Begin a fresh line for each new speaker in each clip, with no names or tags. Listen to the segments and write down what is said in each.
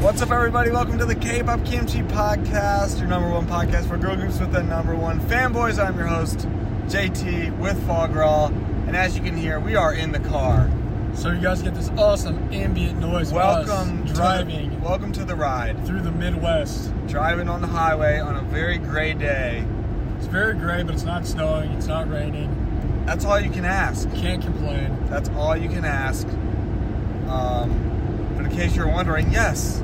What's up, everybody? Welcome to the K-pop Kimchi Podcast, your number one podcast for girl groups with the number one fanboys. I'm your host, JT, with Fogral, and as you can hear, we are in the car.
So you guys get this awesome ambient noise. of us
Welcome to the-
driving
welcome to the ride.
through the Midwest.
Driving on the highway on a very gray day.
It's very gray, but it's not snowing. It's not raining.
That's all you can ask.
Can't complain.
That's all you can ask. Um, but in case you're wondering, yes,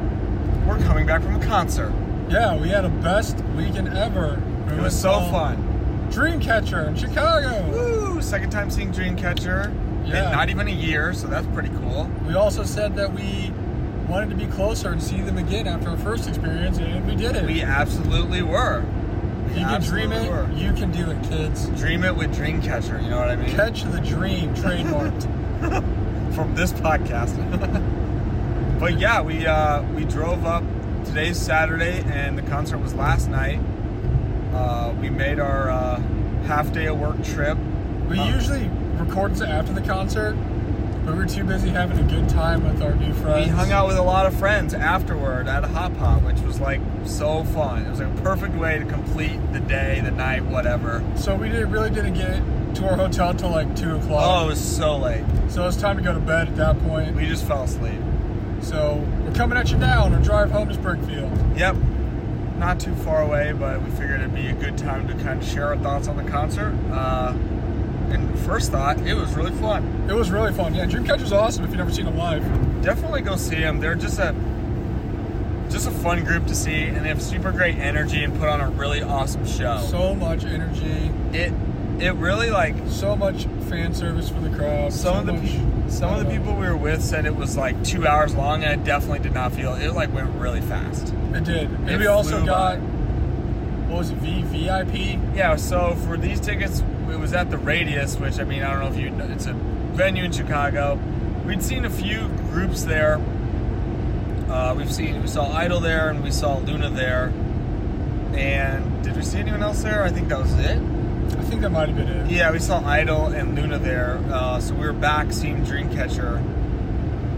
we're coming back from a concert.
Yeah, we had a best weekend ever. We
It
went
was so
from
fun.
Dreamcatcher in Chicago.
Woo! Second time seeing Dreamcatcher
Yeah.
in not even a year, so that's pretty cool.
We also said that we wanted to be closer and see them again after our first experience, and we did it.
We absolutely were.
you
We
can dream
absolutely
it.
were.
You can do it, kids.
Dream it with Dreamcatcher. You know what I mean?
Catch the dream, trademarked.
From this podcast. but yeah, we uh, we drove up. Today's Saturday, and the concert was last night. Uh, we made our uh, half day of work trip.
we
Uh,
usually record this after the concert, but we were too busy having a good time with our new
We
friends.
hung out with a lot of friends afterward at a hot pot, which was like so fun. It was like a perfect way to complete the day, the night, whatever.
So we did, really didn't get to our hotel till like two
Oh, it
o'clock.
was so late.
So it's time to go to bed at that point.
We just fell asleep.
So we're coming at you now on our drive home to Springfield.
Yep. Not too far away, but we figured it'd be a good time to kind of share our thoughts on the concert. Uh, and first thought, it was really fun.
It was really fun. Yeah, Dreamcatcher's awesome if you've never seen them live.
Definitely go see them. They're just a just a fun group to see, and they have super great energy and put on a really awesome show.
So much energy,
it it really like
so much fan service for the crowd.
some
so
of the
much,
pe- some of the people we were with said it was like two hours long, and I definitely did not feel it. Like went really fast.
It did. And
It
we also
flew by.
got what was it, VVIP?
Yeah, so for these tickets, it was at the Radius, which I mean, I don't know if you know, it's a venue in Chicago. We'd seen a few groups there. Uh, we've seen, we saw Idol there and we saw Luna there. And did we see anyone else there? I think that was it.
I think that might have been it.
Yeah, we saw Idol and Luna there. Uh, so we were back seeing Dreamcatcher.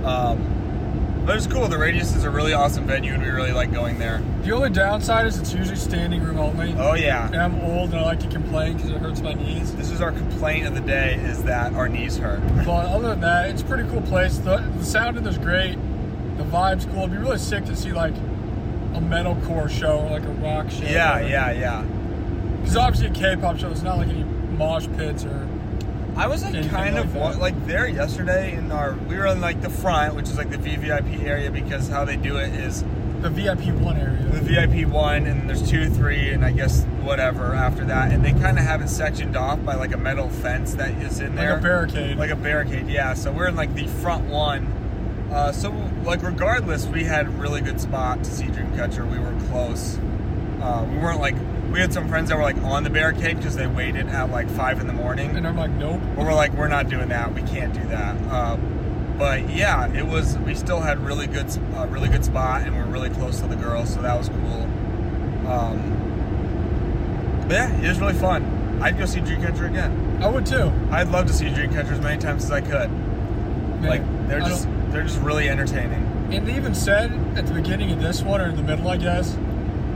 Um, but it was cool. The Radius is a really awesome venue and we really like going there.
The only downside is it's usually standing room only.
Oh, yeah.
And I'm old and I like to complain because it hurts my knees.
This is our complaint of the day is that our knees hurt.
But other than that, it's a pretty cool place. The, the sound in there's great. The vibe's cool. It'd be really sick to see like a metalcore show or like a rock show.
Yeah, yeah, yeah.
Because obviously a K-pop show. There's not like any mosh pits or.
I was like
Anything
kind
like
of
that.
wa- like there yesterday in our we were in like the front, which is like the VVIP area because how they do it is
The VIP one
the
area.
VIP one and there's two, three, and I guess whatever after that, and they kind of have it sectioned off by like a metal fence that is in there,
Like a barricade.
like a barricade. Yeah, so we're in like the front one. Uh, so like regardless, we had a really good spot to see Dreamcatcher. We were close. Uh, we weren't like we had some friends that were like on the barricade because they waited at like five in the morning.
and I'm like, nope.
But we're like, we're not doing that. We can't do that. Uh, but yeah, it was. We still had really good, uh, really good spot, and we're really close to the girls, so that was cool. Um, but yeah, it was really fun. I'd go see Dreamcatcher again.
I would too.
I'd love to see Dreamcatcher as many times as I could.
Man,
Like they're
I
just,
don't-
they're just really entertaining.
And they even said at the beginning of this one, or in the middle, I guess,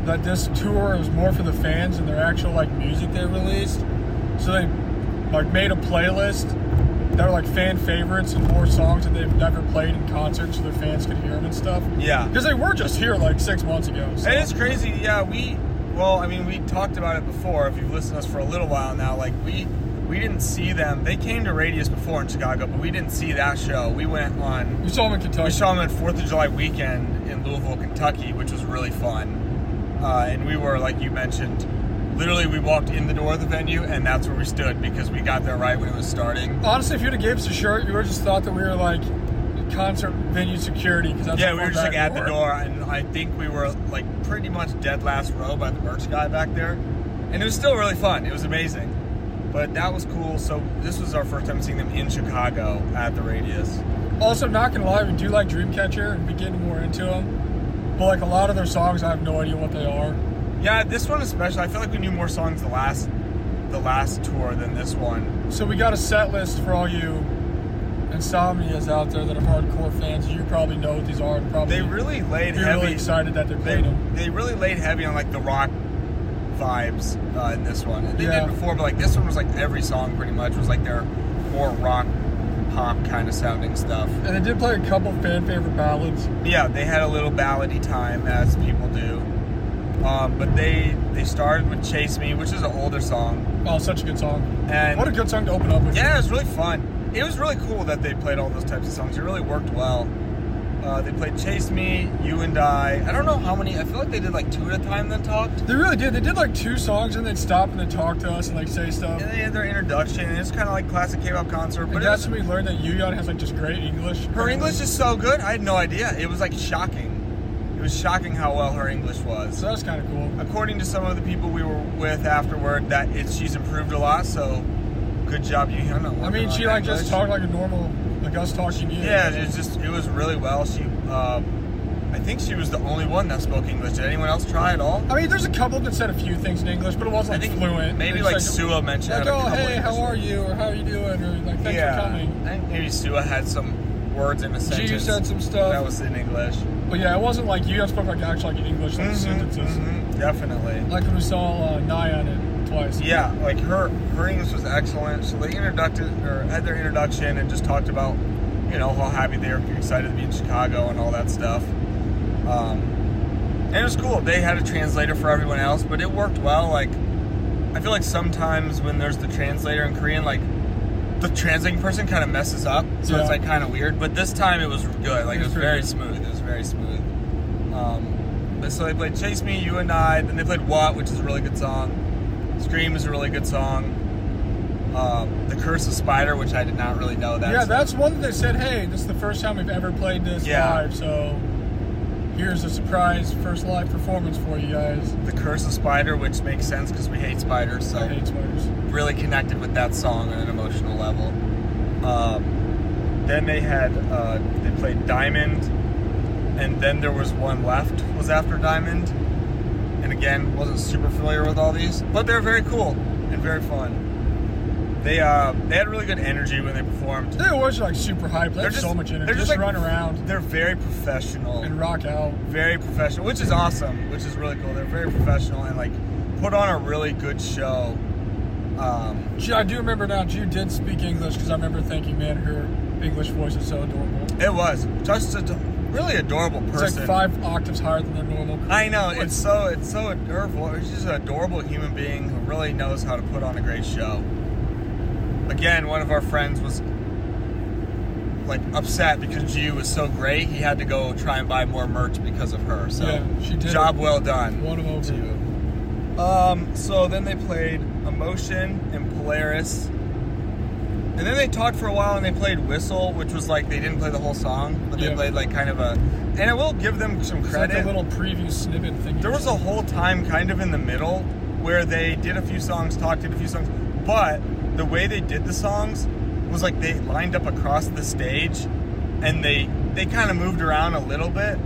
that this tour was more for the fans and their actual like music they released. So they like made a playlist that were like fan favorites and more songs that they've never played in concert, so their fans could hear them and stuff.
Yeah.
Because they were just here like six months ago. So.
It is crazy. Yeah, we. Well, I mean, we talked about it before. If you've listened to us for a little while now, like we we didn't see them. They came to Radius before in Chicago, but we didn't see that show. We went on.
We saw them in Kentucky.
We saw them at Fourth of July weekend in Louisville, Kentucky, which was really fun. Uh, and we were like you mentioned. Literally, we walked in the door of the venue, and that's where we stood because we got there right when it was starting.
Honestly, if you'd have gave us a shirt, you would have just thought that we were like concert venue security. Because
Yeah, we were just like at the door, and I think we were like pretty much dead last row by the merch guy back there, and it was still really fun. It was amazing, but that was cool. So this was our first time seeing them in Chicago at the Radius.
Also, not gonna lie, we do like Dreamcatcher and be getting more into them. But like a lot of their songs, I have no idea what they are.
Yeah, this one especially. I feel like we knew more songs the last the last tour than this one.
So we got a set list for all you. And insomnias out there that are hardcore fans. You probably know what these are. And probably
They really laid
be
heavy.
really excited that they
they,
played them.
they really laid heavy on like the rock vibes uh, in this one. They
Yeah.
did before, but like this one was like every song pretty much was like their more rock pop kind of sounding stuff.
And they did play a couple fan favorite ballads.
Yeah, they had a little ballady time as people do. Um, but they they started with Chase Me, which is an older song.
Oh, such a good song.
And-
what a good song to open up with.
Yeah, it was really fun. It was really cool that they played all those types of songs. It really worked well. Uh, they played Chase Me, You and I. I don't know how many. I feel like they did like two at a time, then talked.
They really did. They did like two songs and they'd stop and they'd talk to us and like say stuff.
And they had their introduction, and it's kind of like classic K-pop concert. But
And
it
that's
was,
when we learned that Yuyeon has like just great English.
her English is so good. I had no idea. It was like shocking. It was shocking how well her English was.
so that's kind of cool.
According to some of the people we were with afterward, that it, she's improved a lot. So good job, you.
I mean, she like just talked like a normal, like us talking. to you.
Yeah, it was just it was really well. She, um, I think she was the only one that spoke English. Did anyone else try at all?
I mean, there's a couple that said a few things in English, but it
I
wasn't like
think
fluent.
maybe
It's
like, Sua mentioned.
like,
a
oh
couple
hey,
English
how
words.
are you, or how are you doing, or like thanks
yeah,
for coming.
I think maybe Sua had some words in a
She
sentence.
said some stuff.
that was in English.
But yeah, it wasn't like you guys spoke like actual like English like
Mhm,
sentences.
mhm, definitely.
Like when we saw uh, Nye on it twice.
Yeah, like her her English was excellent. So they introduced or had their introduction and just talked about, you know, how happy they were excited to be in Chicago and all that stuff. Um, and it was cool. They had a translator for everyone else, but it worked well. Like I feel like sometimes when there's the translator in Korean, like the translating person kind of messes up, so
Yeah.
it's like kind of weird. But this time it was good. Like it
It
was
was pretty
very
good.
smooth. It was very smooth. Um, but so they played "Chase Me," "You and I," then they played "What," which is a really good song. "Scream" is a really good song. Um, "The Curse of Spider," which I did not really know that.
yeah, that's one that they said. Hey, this is the first time we've ever played this
Yeah.
live, so here's a surprise first live performance for you guys.
"The Curse of Spider," which makes sense because we hate spiders. So
I hate spiders.
really connected with that song on an emotional level. Um, then they had uh, they played Diamond, and then there was one left was after Diamond, and again wasn't super familiar with all these, but they're very cool and very fun. They uh, they had really good energy when they performed.
They always like super hype. They
They're
have
just-
so much energy.
they're just, like-
run around
They're very professional
and rock out.
very professional, which is awesome, which is really cool. They're very professional and like put on a really good show. Um,
She, I do remember now. Jude did speak English because I remember thinking, man, her English voice is so adorable.
It was just a really adorable person.
It's like five octaves higher than their normal.
I know it's so it's so adorable. She's just an adorable human being who really knows how to put on a great show. Again, one of our friends was like upset because G was so great. He had to go try and buy more merch because of her. So
Yeah, she did
job
it.
well done.
Won 'em over.
to you. Um, so then they played Emotion and Polaris. And then they talked for a while and they played Whistle, which was like they didn't play the whole song, but they
Yeah.
played like kind of a and I will give them some
It's like
credit.
a little preview snippet thing.
There was a whole time kind of in the middle where they did a few songs, talked, did a few songs, but the way they did the songs was like they lined up across the stage and they they kind of moved around a little bit,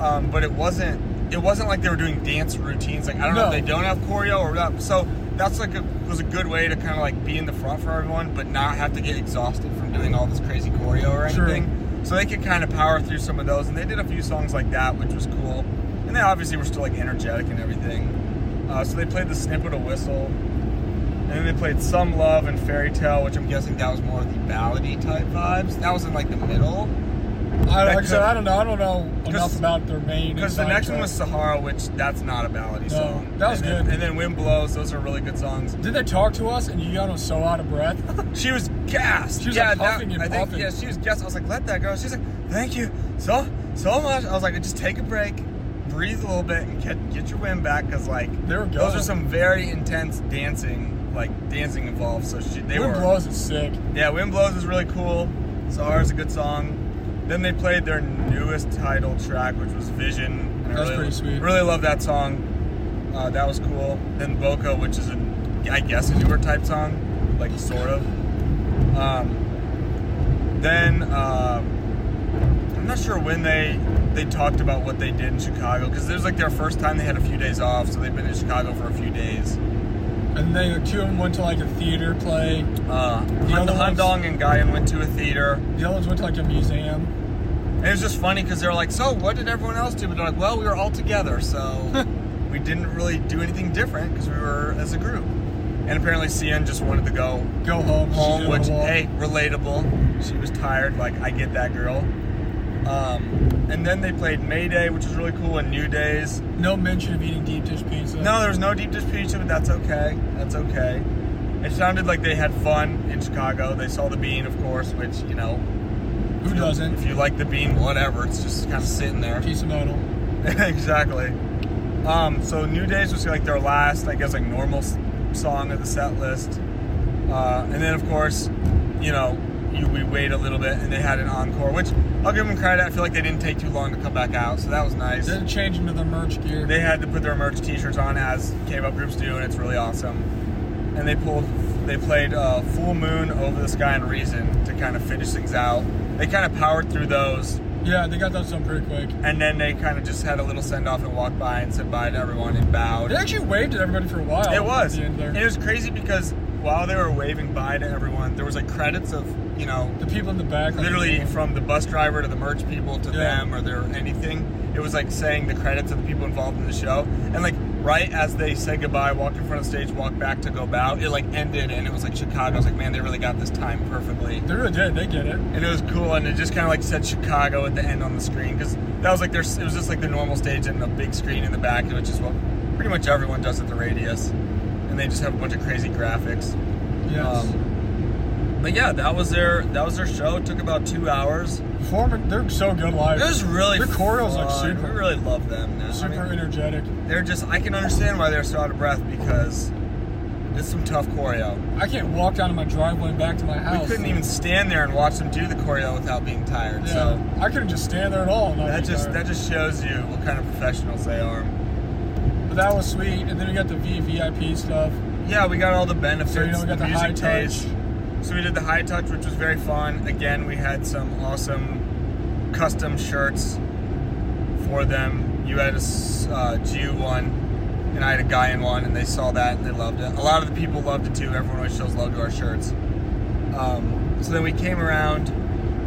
um, but it wasn't it wasn't like they were doing dance routines. Like I don't know if
No.
they don't have choreo or not. So that's like a, was a good way to kind of like be in the front for everyone, but not have to get exhausted from doing all this crazy choreo or
True.
anything. So they could kind of power through some of those, and they did a few songs like that, which was cool. And they obviously were still like energetic and everything. Uh, so they played the snippet of whistle, and then they played some love and fairy tale, which I'm guessing that was more of the ballady type vibes. That was in like the middle,
I,
that
like I said,
could-
I don't know. I don't know
'Cause-
enough about their main.
because the
and side
next one was
tracks.
Sahara, which that's not a ballady
No,
song.
that was
and then-
good.
and then Wind Blows; those are really good songs.
Did they talk to us? And Yuyeon was so out of breath.
She was gassed.
She was,
yeah,
like, huffing and
I think,
puffing.
Yeah, she was gassed. I was like, let that go. She's like, thank you so so much. I was like, just take a break, breathe a little bit, and get get your wind back because like
They were
those
going.
are some very intense dancing, like dancing involved. So she, they
Wind
were.
blows is sick.
Yeah, wind blows is really cool. Sahara's a good song. Then they played their newest title track, which was Vision. And I
That's
really,
pretty sweet.
Really love that song. Uh, that was cool. Then Boca, which is an I guess a newer type song, like sort of. Um, then uh, I'm not sure when they they talked about what they did in Chicago because it was like their first time they had a few days off, so they've been in Chicago for a few days.
and they two of them went to like a theater play.
Uh,
other ones-
Hundong and Guyan went to a theater.
The other ones went to like a museum.
And it was just funny because they were like, "So, what did everyone else do?" But they're like, "Well, we were all together, so we didn't really do anything different because we were as a group." And apparently, CN just wanted to go
Go home. she's
home,
gonna
which
walk.
hey, relatable. She was tired. Like I get that girl. Um, and then they played Mayday, which was really cool, and New Days.
No mention of eating deep dish pizza.
No, there was no deep dish pizza, but that's okay. That's okay. It sounded like they had fun in Chicago. They saw the bean, of course, which you know,
who doesn't?
If you like the bean, whatever. It's just kind of sitting there.
Piece of metal.
exactly. Um, so New Days was like their last, I guess, like normal s- song of the set list. Uh, and then, of course, you know, you, we wait a little bit, and they had an encore, which I'll give them credit. I feel like they didn't take too long to come back out, so that was nice.
Then change into the merch gear.
They had to put their merch T-shirts on as K-pop groups do, and it's really awesome. And they pulled, they played uh, "Full Moon," "Over the Sky," and "Reason" to kind of finish things out. They kind of powered through those
yeah, they got those done pretty quick.
and then they kind of just had a little send off and walked by and said bye to everyone and bowed.
They actually waved at everybody for a while.
It was.
At the end there.
And it was crazy because while they were waving bye to everyone, there was like credits of you know
the people in the back. like,
literally from the bus driver to the merch people to
Yeah.
them or their anything. It was like saying the credits of the people involved in the show and like. Right as they said goodbye, walked in front of stage, walked back to go bow. It like ended, and it was like Chicago. I was like, man, they really got this time perfectly.
They really did. They get it.
and it was cool and it just kind of like said chicago at the end on the screen because that was like their it was just like the normal stage and a big screen in the back which is what pretty much everyone does at the radius and they just have a bunch of crazy graphics
Yes.
Um, but yeah that was their that was their show it took about two hours
Performer, they're so good
it
live.
was really
Their choreo's, like,
fun.
super-
we really love them now. I
super
mean,
energetic.
they're just i can understand why they're so out of breath because it's some tough choreo
I can't walk down to my driveway and back to my house.
we couldn't even stand there and watch them do the choreo without being tired
Yeah,
so
I couldn't just stand there at all. and not
That
be
just that
tired.
just shows you what kind of professionals they are.
But that was sweet. And then we got the V VIP stuff.
Yeah, we got all the benefits,
So, you know, we got the
music
high touch.
taste. So we did the high touch, which was very fun. Again, we had some awesome custom shirts for them. You had a s- uh, G one, and I had a guy in one, and they saw that and they loved it. A lot of the people loved it too. Everyone always shows love to our shirts. Um, so then we came around,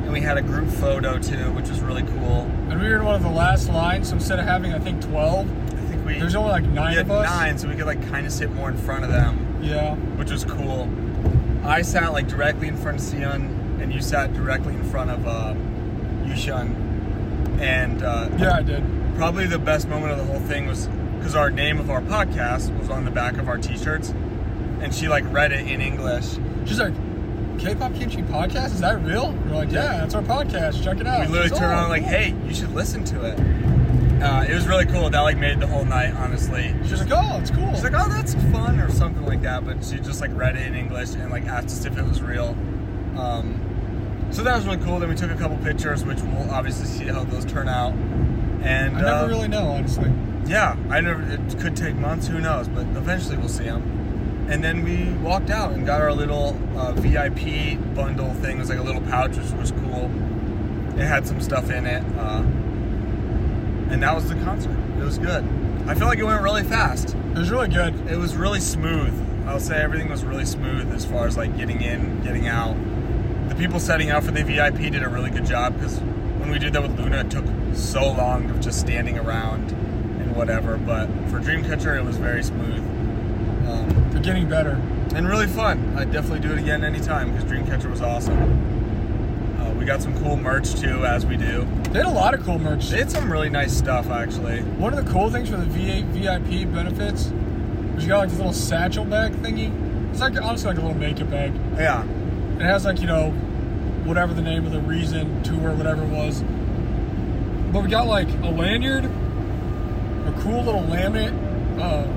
and we had a group photo too, which was really cool.
And we were in one of the last lines, so instead of having, I think, 12,
I think we
there's only like nine
we had
of us.
nine, so we could like kind of sit more in front of them.
Yeah.
which was cool. I sat like directly in front of Sion, and you sat directly in front of uh, Yushun. And uh,
Yeah, I did.
probably the best moment of the whole thing was because our name of our podcast was on the back of our T-shirts, and she like read it in English.
She's like, K pop kimchi podcast? Is that real? We're like, yeah, that's our podcast. Check it out.
We literally
She's,
turned
"Oh,
around like,
cool."
"Hey, you should listen to it." Uh, it was really cool. That like made the whole night, honestly.
She's like, oh, it's cool.
She's like, "Oh, that's fun," or something like that. But she just like read it in English and like asked us if it was real. Um, so that was really cool. Then we took a couple pictures, which we'll obviously see how those turn out. And
I never
uh,
really know, honestly.
yeah, I never. It could take months. Who knows? But eventually we'll see them. And then we walked out and got our little uh, VIP bundle thing. It was like a little pouch, which was cool. It had some stuff in it, uh, and that was the concert. It was good. I feel like it went really fast
It was really good.
it was really smooth. I'll say everything was really smooth as far as like getting in, getting out. The people setting out for the VIP did a really good job because when we did that with Luna, it took so long of just standing around and whatever. But for Dreamcatcher, it was very smooth um,
They're getting better.
and really fun. I'd definitely do it again anytime because Dreamcatcher was awesome. Uh, we got some cool merch too, as we do.
They had a lot of cool merch.
They had some really nice stuff actually.
One of the cool things for the VA VIP benefits was you got like this little satchel bag thingy. It's like honestly like a little makeup bag.
Yeah,
It has like, you know, whatever the name of the reason, tour, whatever it was. But we got like a lanyard, a cool little laminate, uh,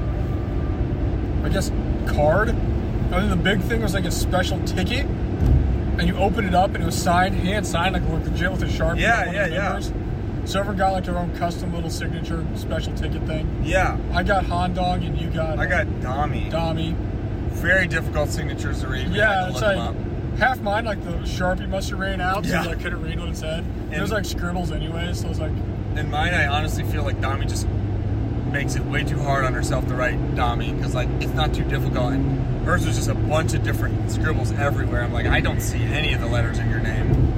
I guess card. And then the big thing was like a special ticket. And you open it up and it was signed, hand signed, like with legit with a sharpie.
Yeah,
like, one of the
yeah, yeah.
members. So everyone got like their own custom little signature special ticket thing.
yeah.
I got Hondong and you got
I got Dami.
Dami.
very difficult signatures to read. We had
Yeah,
to
it's
look
like
'em up.
half mine, like the Sharpie must have ran out,
Yeah.
so I couldn't read what it said.
And-
it was like scribbles anyway, so I was like,
In mine, I honestly feel like Dami just makes it way too hard on herself to write Dami because like it's not too difficult. And hers was just a bunch of different scribbles everywhere. I'm like, I don't see any of the letters in your name.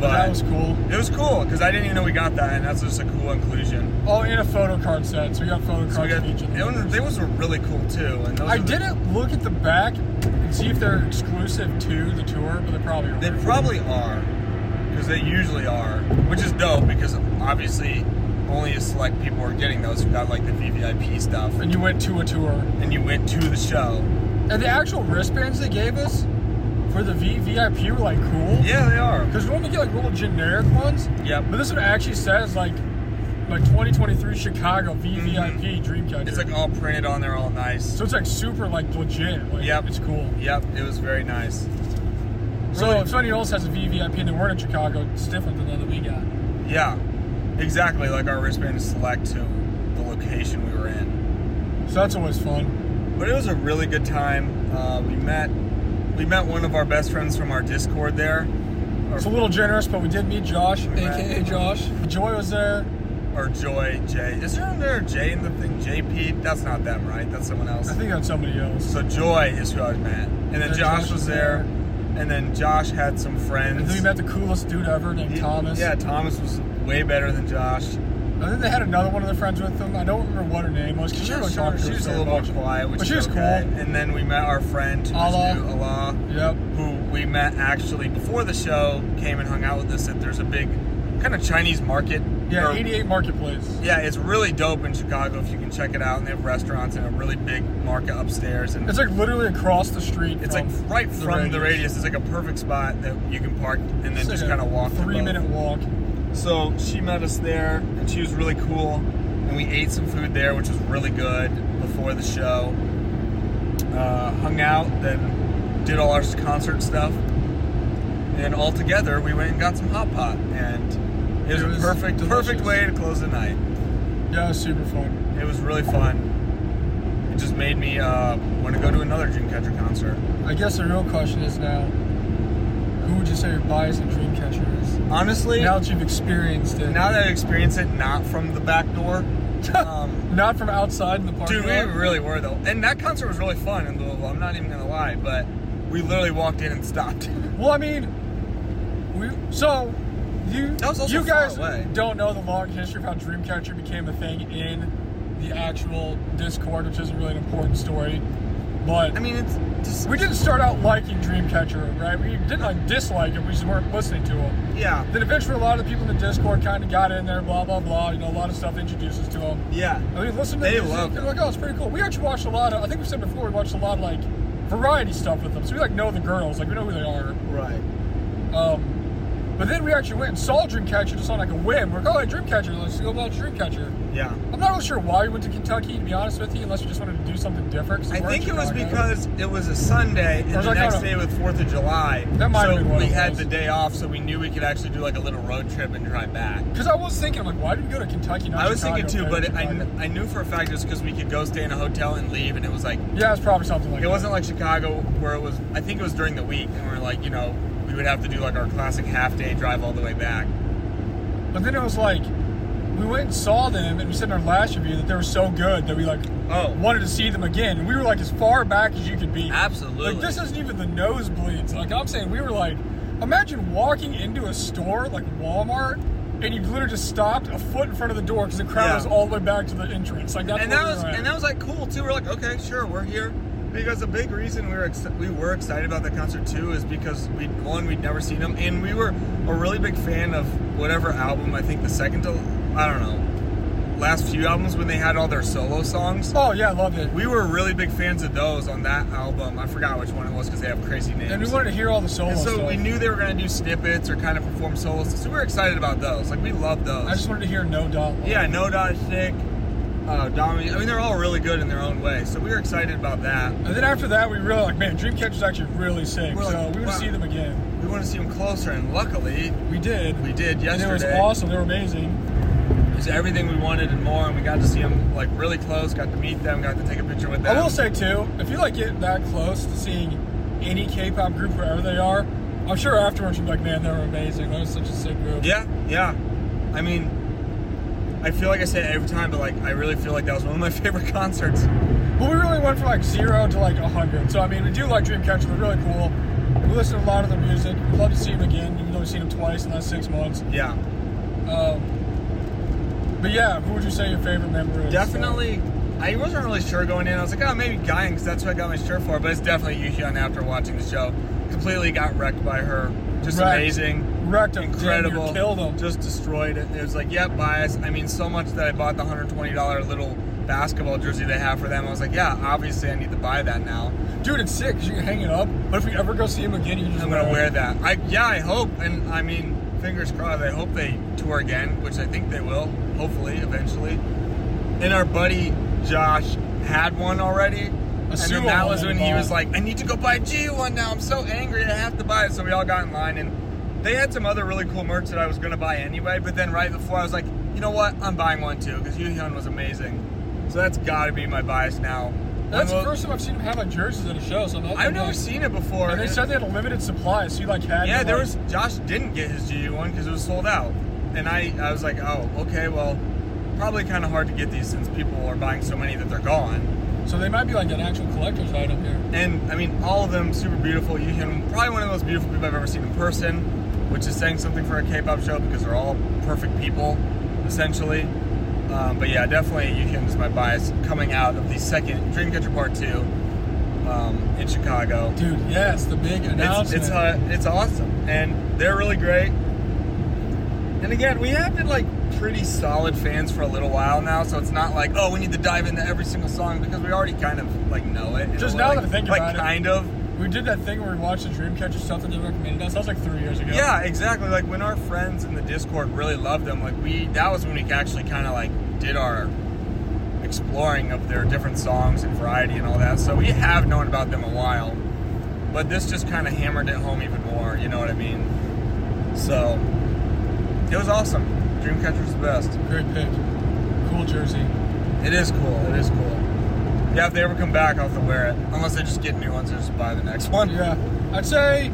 But
that was cool.
it was cool because I didn't even know we got that, and that's just a cool inclusion.
Oh, and a photo card set. So we got photo cards
So we got,
of each of
it
them.
was, they was really cool too. And those
I
are the-
didn't look at the back and see if they're exclusive to the tour, but they probably are.
They probably are, because they usually are, which is dope because obviously only a select people are getting those who got like the VVIP stuff,
and you went to a tour.
and you went to the show.
And the actual wristbands they gave us for the v- VIP were like cool.
Yeah, they are.
Because normally you get like little generic ones,
Yep.
but this one actually says like like 2023 Chicago VVIP Dreamcatcher.
Mm-hmm. It's like all printed on there, all nice.
so it's like super like legit. Like,
Yep.
it's cool.
Yep, it was very nice.
So if somebody else has a VVIP and they weren't in Chicago, it's different than the one that we got.
Yeah, exactly. Like our wristband is select to the location we were in.
So that's always fun.
But it was a really good time. Uh, we met we met one of our best friends from our Discord there,
It's a little generous, but we did meet Josh,
Right.
aka Josh. Joy was there.
or Joy Jay. Is there another J in the thing? JP? That's not them, right? That's someone else.
I think that's somebody else.
So Joy is who I met, and then
And
Josh, was there, and then Josh had some friends.
And then we met the coolest dude ever named
He-
Thomas.
Yeah, Thomas was way better than Josh.
And then they had another one of their friends with them. I don't remember what her name was. 'cause She,
Sure,
really
sure,
talked to
she
us
was a
very
little more
much.
quiet, which
But she
is
was cool.
okay. And then we met our friend who was
Allah.
new, Allah.
Yep.
who we met actually before the show came and hung out with us at there's a big kind of Chinese market.
Yeah,
Or-
88 Marketplace.
yeah, it's really dope in Chicago if you can check it out. And they have restaurants and a really big market upstairs. And
It's like literally across the street.
it's
from
like right from the
Radius.
radius. It's like a perfect spot that you can park and then
It's
just
like a
kind of walk.
Three
above.
minute walk.
So she met us there, and she was really cool. And we ate some food there, which was really good before the show. Uh, hung out, then did all our concert stuff, and all together we went and got some hot pot, and it was,
It was
a perfect, perfect
delicious.
way to close the night.
Yeah, it was super fun.
It was really fun. It just made me uh, want to go to another Dreamcatcher concert.
I guess the real question is now who would you say your bias in Dreamcatcher is?
Honestly,
Now that you've experienced it.
now that I experience it, not from the back door. Um,
Uh, Not from outside in the parking
Dude, we
lot.
really were though, and that concert was really fun in Louisville. I'm not even gonna lie, but we literally walked in and stopped.
Well, I mean, we so you
That was also
you
far
guys
away.
don't know the long history of how Dreamcatcher became a thing in the actual Discord, which isn't really an important story. But
I mean, it's just
we didn't start out liking Dreamcatcher, right? We didn't like dislike it. We just weren't listening to it.
yeah,
Then eventually, a lot of the people in the Discord kind of got in there, blah blah blah. You know, a lot of stuff introduces to them.
yeah,
I mean, listen to
They
the music.
loved
They're
it.
like, oh, it's pretty cool. We actually watched a lot of. I think we said before we watched a lot of like variety stuff with them, so we like know the girls, like we know who they are.
right.
Um, but then we actually went and saw Dreamcatcher just on like a whim. We're like, oh, hey, Dreamcatcher, let's go watch Dreamcatcher.
Yeah,
I'm not really sure why we went to Kentucky, to be honest with you, unless we just wanted to do something different. 'cause we
I
were in
think it was
Chicago.
because it was a Sunday, and
was
the
like,
next
oh, no.
day was Fourth of July,
That might
so
have been what
we
it
had
was.
the day off, so we knew we could actually do like a little road trip and drive back.
Because I was thinking, like, why did we go to Kentucky? Not
I was
Chicago,
thinking too,
okay,
but it, I,
Chicago.
kn- I knew for a fact it was because we could go stay in a hotel and leave, and it was like
yeah, it's probably something like
It
that.
wasn't like Chicago where it was. I think it was during the week, and we're like, you know, we would have to do like our classic half day drive all the way back.
But then it was like we went and saw them, and we said in our last review that they were so good that we like
Oh.
wanted to see them again. And we were like as far back as you could be.
Absolutely.
Like this isn't even the nosebleeds. Like I'm saying, we were like, imagine walking into a store like Walmart. And you literally just stopped a foot in front of the door because the crowd
Yeah.
was all the way back to the entrance. Like that's
and
where
that
we
was
were at.
and that was like cool too. We're like, okay, sure, we're here. Because a big reason we were ex- we were excited about the concert too is because we one we'd never seen them, and we were a really big fan of whatever album. I think the second to I don't know last few albums when they had all their solo songs.
oh yeah, I loved it.
We were really big fans of those on that album. I forgot which one it was because they have crazy names.
and we wanted to hear all the solo
And so
stuff.
we knew they were going to do snippets or kind of perform solos. So we were excited about those. Like we love those.
I just wanted to hear No Doubt. live.
yeah, No Dot Thick, uh, Domi. I mean, they're all really good in their own way. So we were excited about that.
And then after that, we really like, man, Dreamcatcher's actually really sick.
We're
so
like,
we would
wow.
see them again.
We want to see them closer, and luckily
We did.
we did
And
yesterday.
it was awesome. They were amazing.
It was everything we wanted and more, and we got to see them like really close. Got to meet them. Got to take a picture with them.
I will say too, if you like get that close to seeing any K-pop group wherever they are, I'm sure afterwards you'll be like, man, they were amazing. That was such a sick group.
Yeah, yeah. I mean, I feel like I say it every time, but like I really feel like that was one of my favorite concerts.
But we really went from like zero to like hundred. So I mean, we do like Dreamcatcher. They're really cool. We listen to a lot of their music. We love to see them again, even though we've seen them twice in the last six months.
Yeah,
Um, but yeah, who would you say your favorite member is?
definitely. I wasn't really sure going in. I was like, oh, maybe Guyan, because that's what I got my shirt for. But it's definitely Yuhyun after watching the show. Completely got wrecked by her. Just
Wrecked.
amazing.
Wrecked him,
incredible.
Damn, near killed him.
Just destroyed it. It was like, yep, bias. I mean, so much that I bought the $120 little basketball jersey they have for them. I was like, yeah, obviously I need to buy that now.
Dude, it's sick. 'cause You can hang it up. But if we ever go see him again, you can just
I'm gonna wear that. I yeah, I hope, and I mean, fingers crossed. I hope they tour again, which I think they will, hopefully, eventually. And our buddy Josh had one already, and
sumo
then that was
one
when
that he
he was
bought.
like, "I need to go buy a G one now. I'm so angry. I have to buy it." So we all got in line, and they had some other really cool merch that I was gonna buy anyway. But then right before, I was like, "You know what? I'm buying one too because Yuhyun was amazing." So that's gotta be my bias now.
That's
And
the
we'll-
first time I've seen him have like jerseys at a show. So I'm not
I've never seen it before.
And they
and-
said they had a limited supply, so you like had.
yeah,
to,
there
like-
was Josh didn't get his GU one because it was sold out, and I I was like, oh, okay, well, probably kind of hard to get these since people are buying so many that they're gone.
So they might be like an actual collector's item here.
And I mean, all of them super beautiful. You can probably one of the most beautiful people I've ever seen in person, which is saying something for a K-pop show because they're all perfect people, essentially. Um, but yeah, definitely Yuhyun is my bias coming out of the second Dreamcatcher Part Two um, in Chicago.
Dude, yes, the big
It's
announcement.
it's, uh, it's awesome, and they're really great. And again, we have been like pretty solid fans for a little while now, so it's not like oh we need to dive into every single song because we already kind of like know it.
Just
We're
now
like,
that I think
like
about it.
kind of.
we did that thing where we watched the Dreamcatcher stuff that they recommended us. That was like three years ago.
Yeah, exactly. Like when our friends in the Discord really loved them, like we that was when we actually kind of like did our exploring of their different songs and variety and all that. So we have known about them a while, but this just kind of hammered it home even more. You know what I mean? So it was awesome. Dreamcatcher's the best.
Great pick. Cool jersey.
It is cool. It is cool. Yeah, if they ever come back, I'll have to wear it. Unless they just get new ones and just buy the next one.
Yeah. I'd say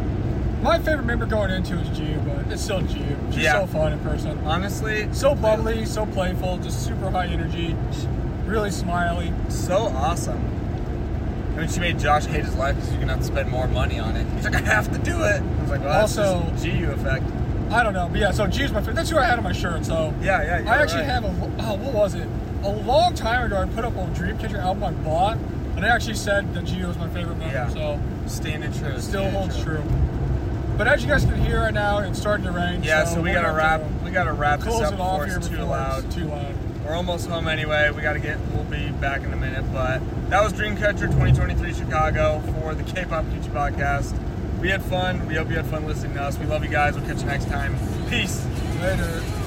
my favorite member going into is G, but it's still G. She's
Yeah.
so fun in person.
Honestly,
So bubbly, so playful, just super high energy, really smiley.
So awesome. I mean, she made Josh hate his life because you're gonna have to spend more money on it. He's like, I have to do it. I was like, well, that's
Also-
just GU effect.
I don't know, but yeah, so G's my favorite. That's who I had on my shirt, so.
Yeah, yeah. you're
I actually
right.
have a, oh, what was it? A long time ago, I put up a Dreamcatcher album I bought, and I actually said that Gio was my favorite member,
Yeah.
so
standing true.
it still
standing
holds true. But as you guys can hear right now, it's starting to rain.
Yeah, so, we
we're
gotta
gonna
wrap.
have
We gotta wrap
to
this
Close
up
it off
before
here
it's too
before
loud.
It's too loud.
We're almost home anyway. We gotta get. We'll be back in a minute. But that was Dreamcatcher 2023 Chicago for the K-pop Gucci podcast. We had fun. We hope you had fun listening to us. We love you guys. We'll catch you next time. Peace.
Later.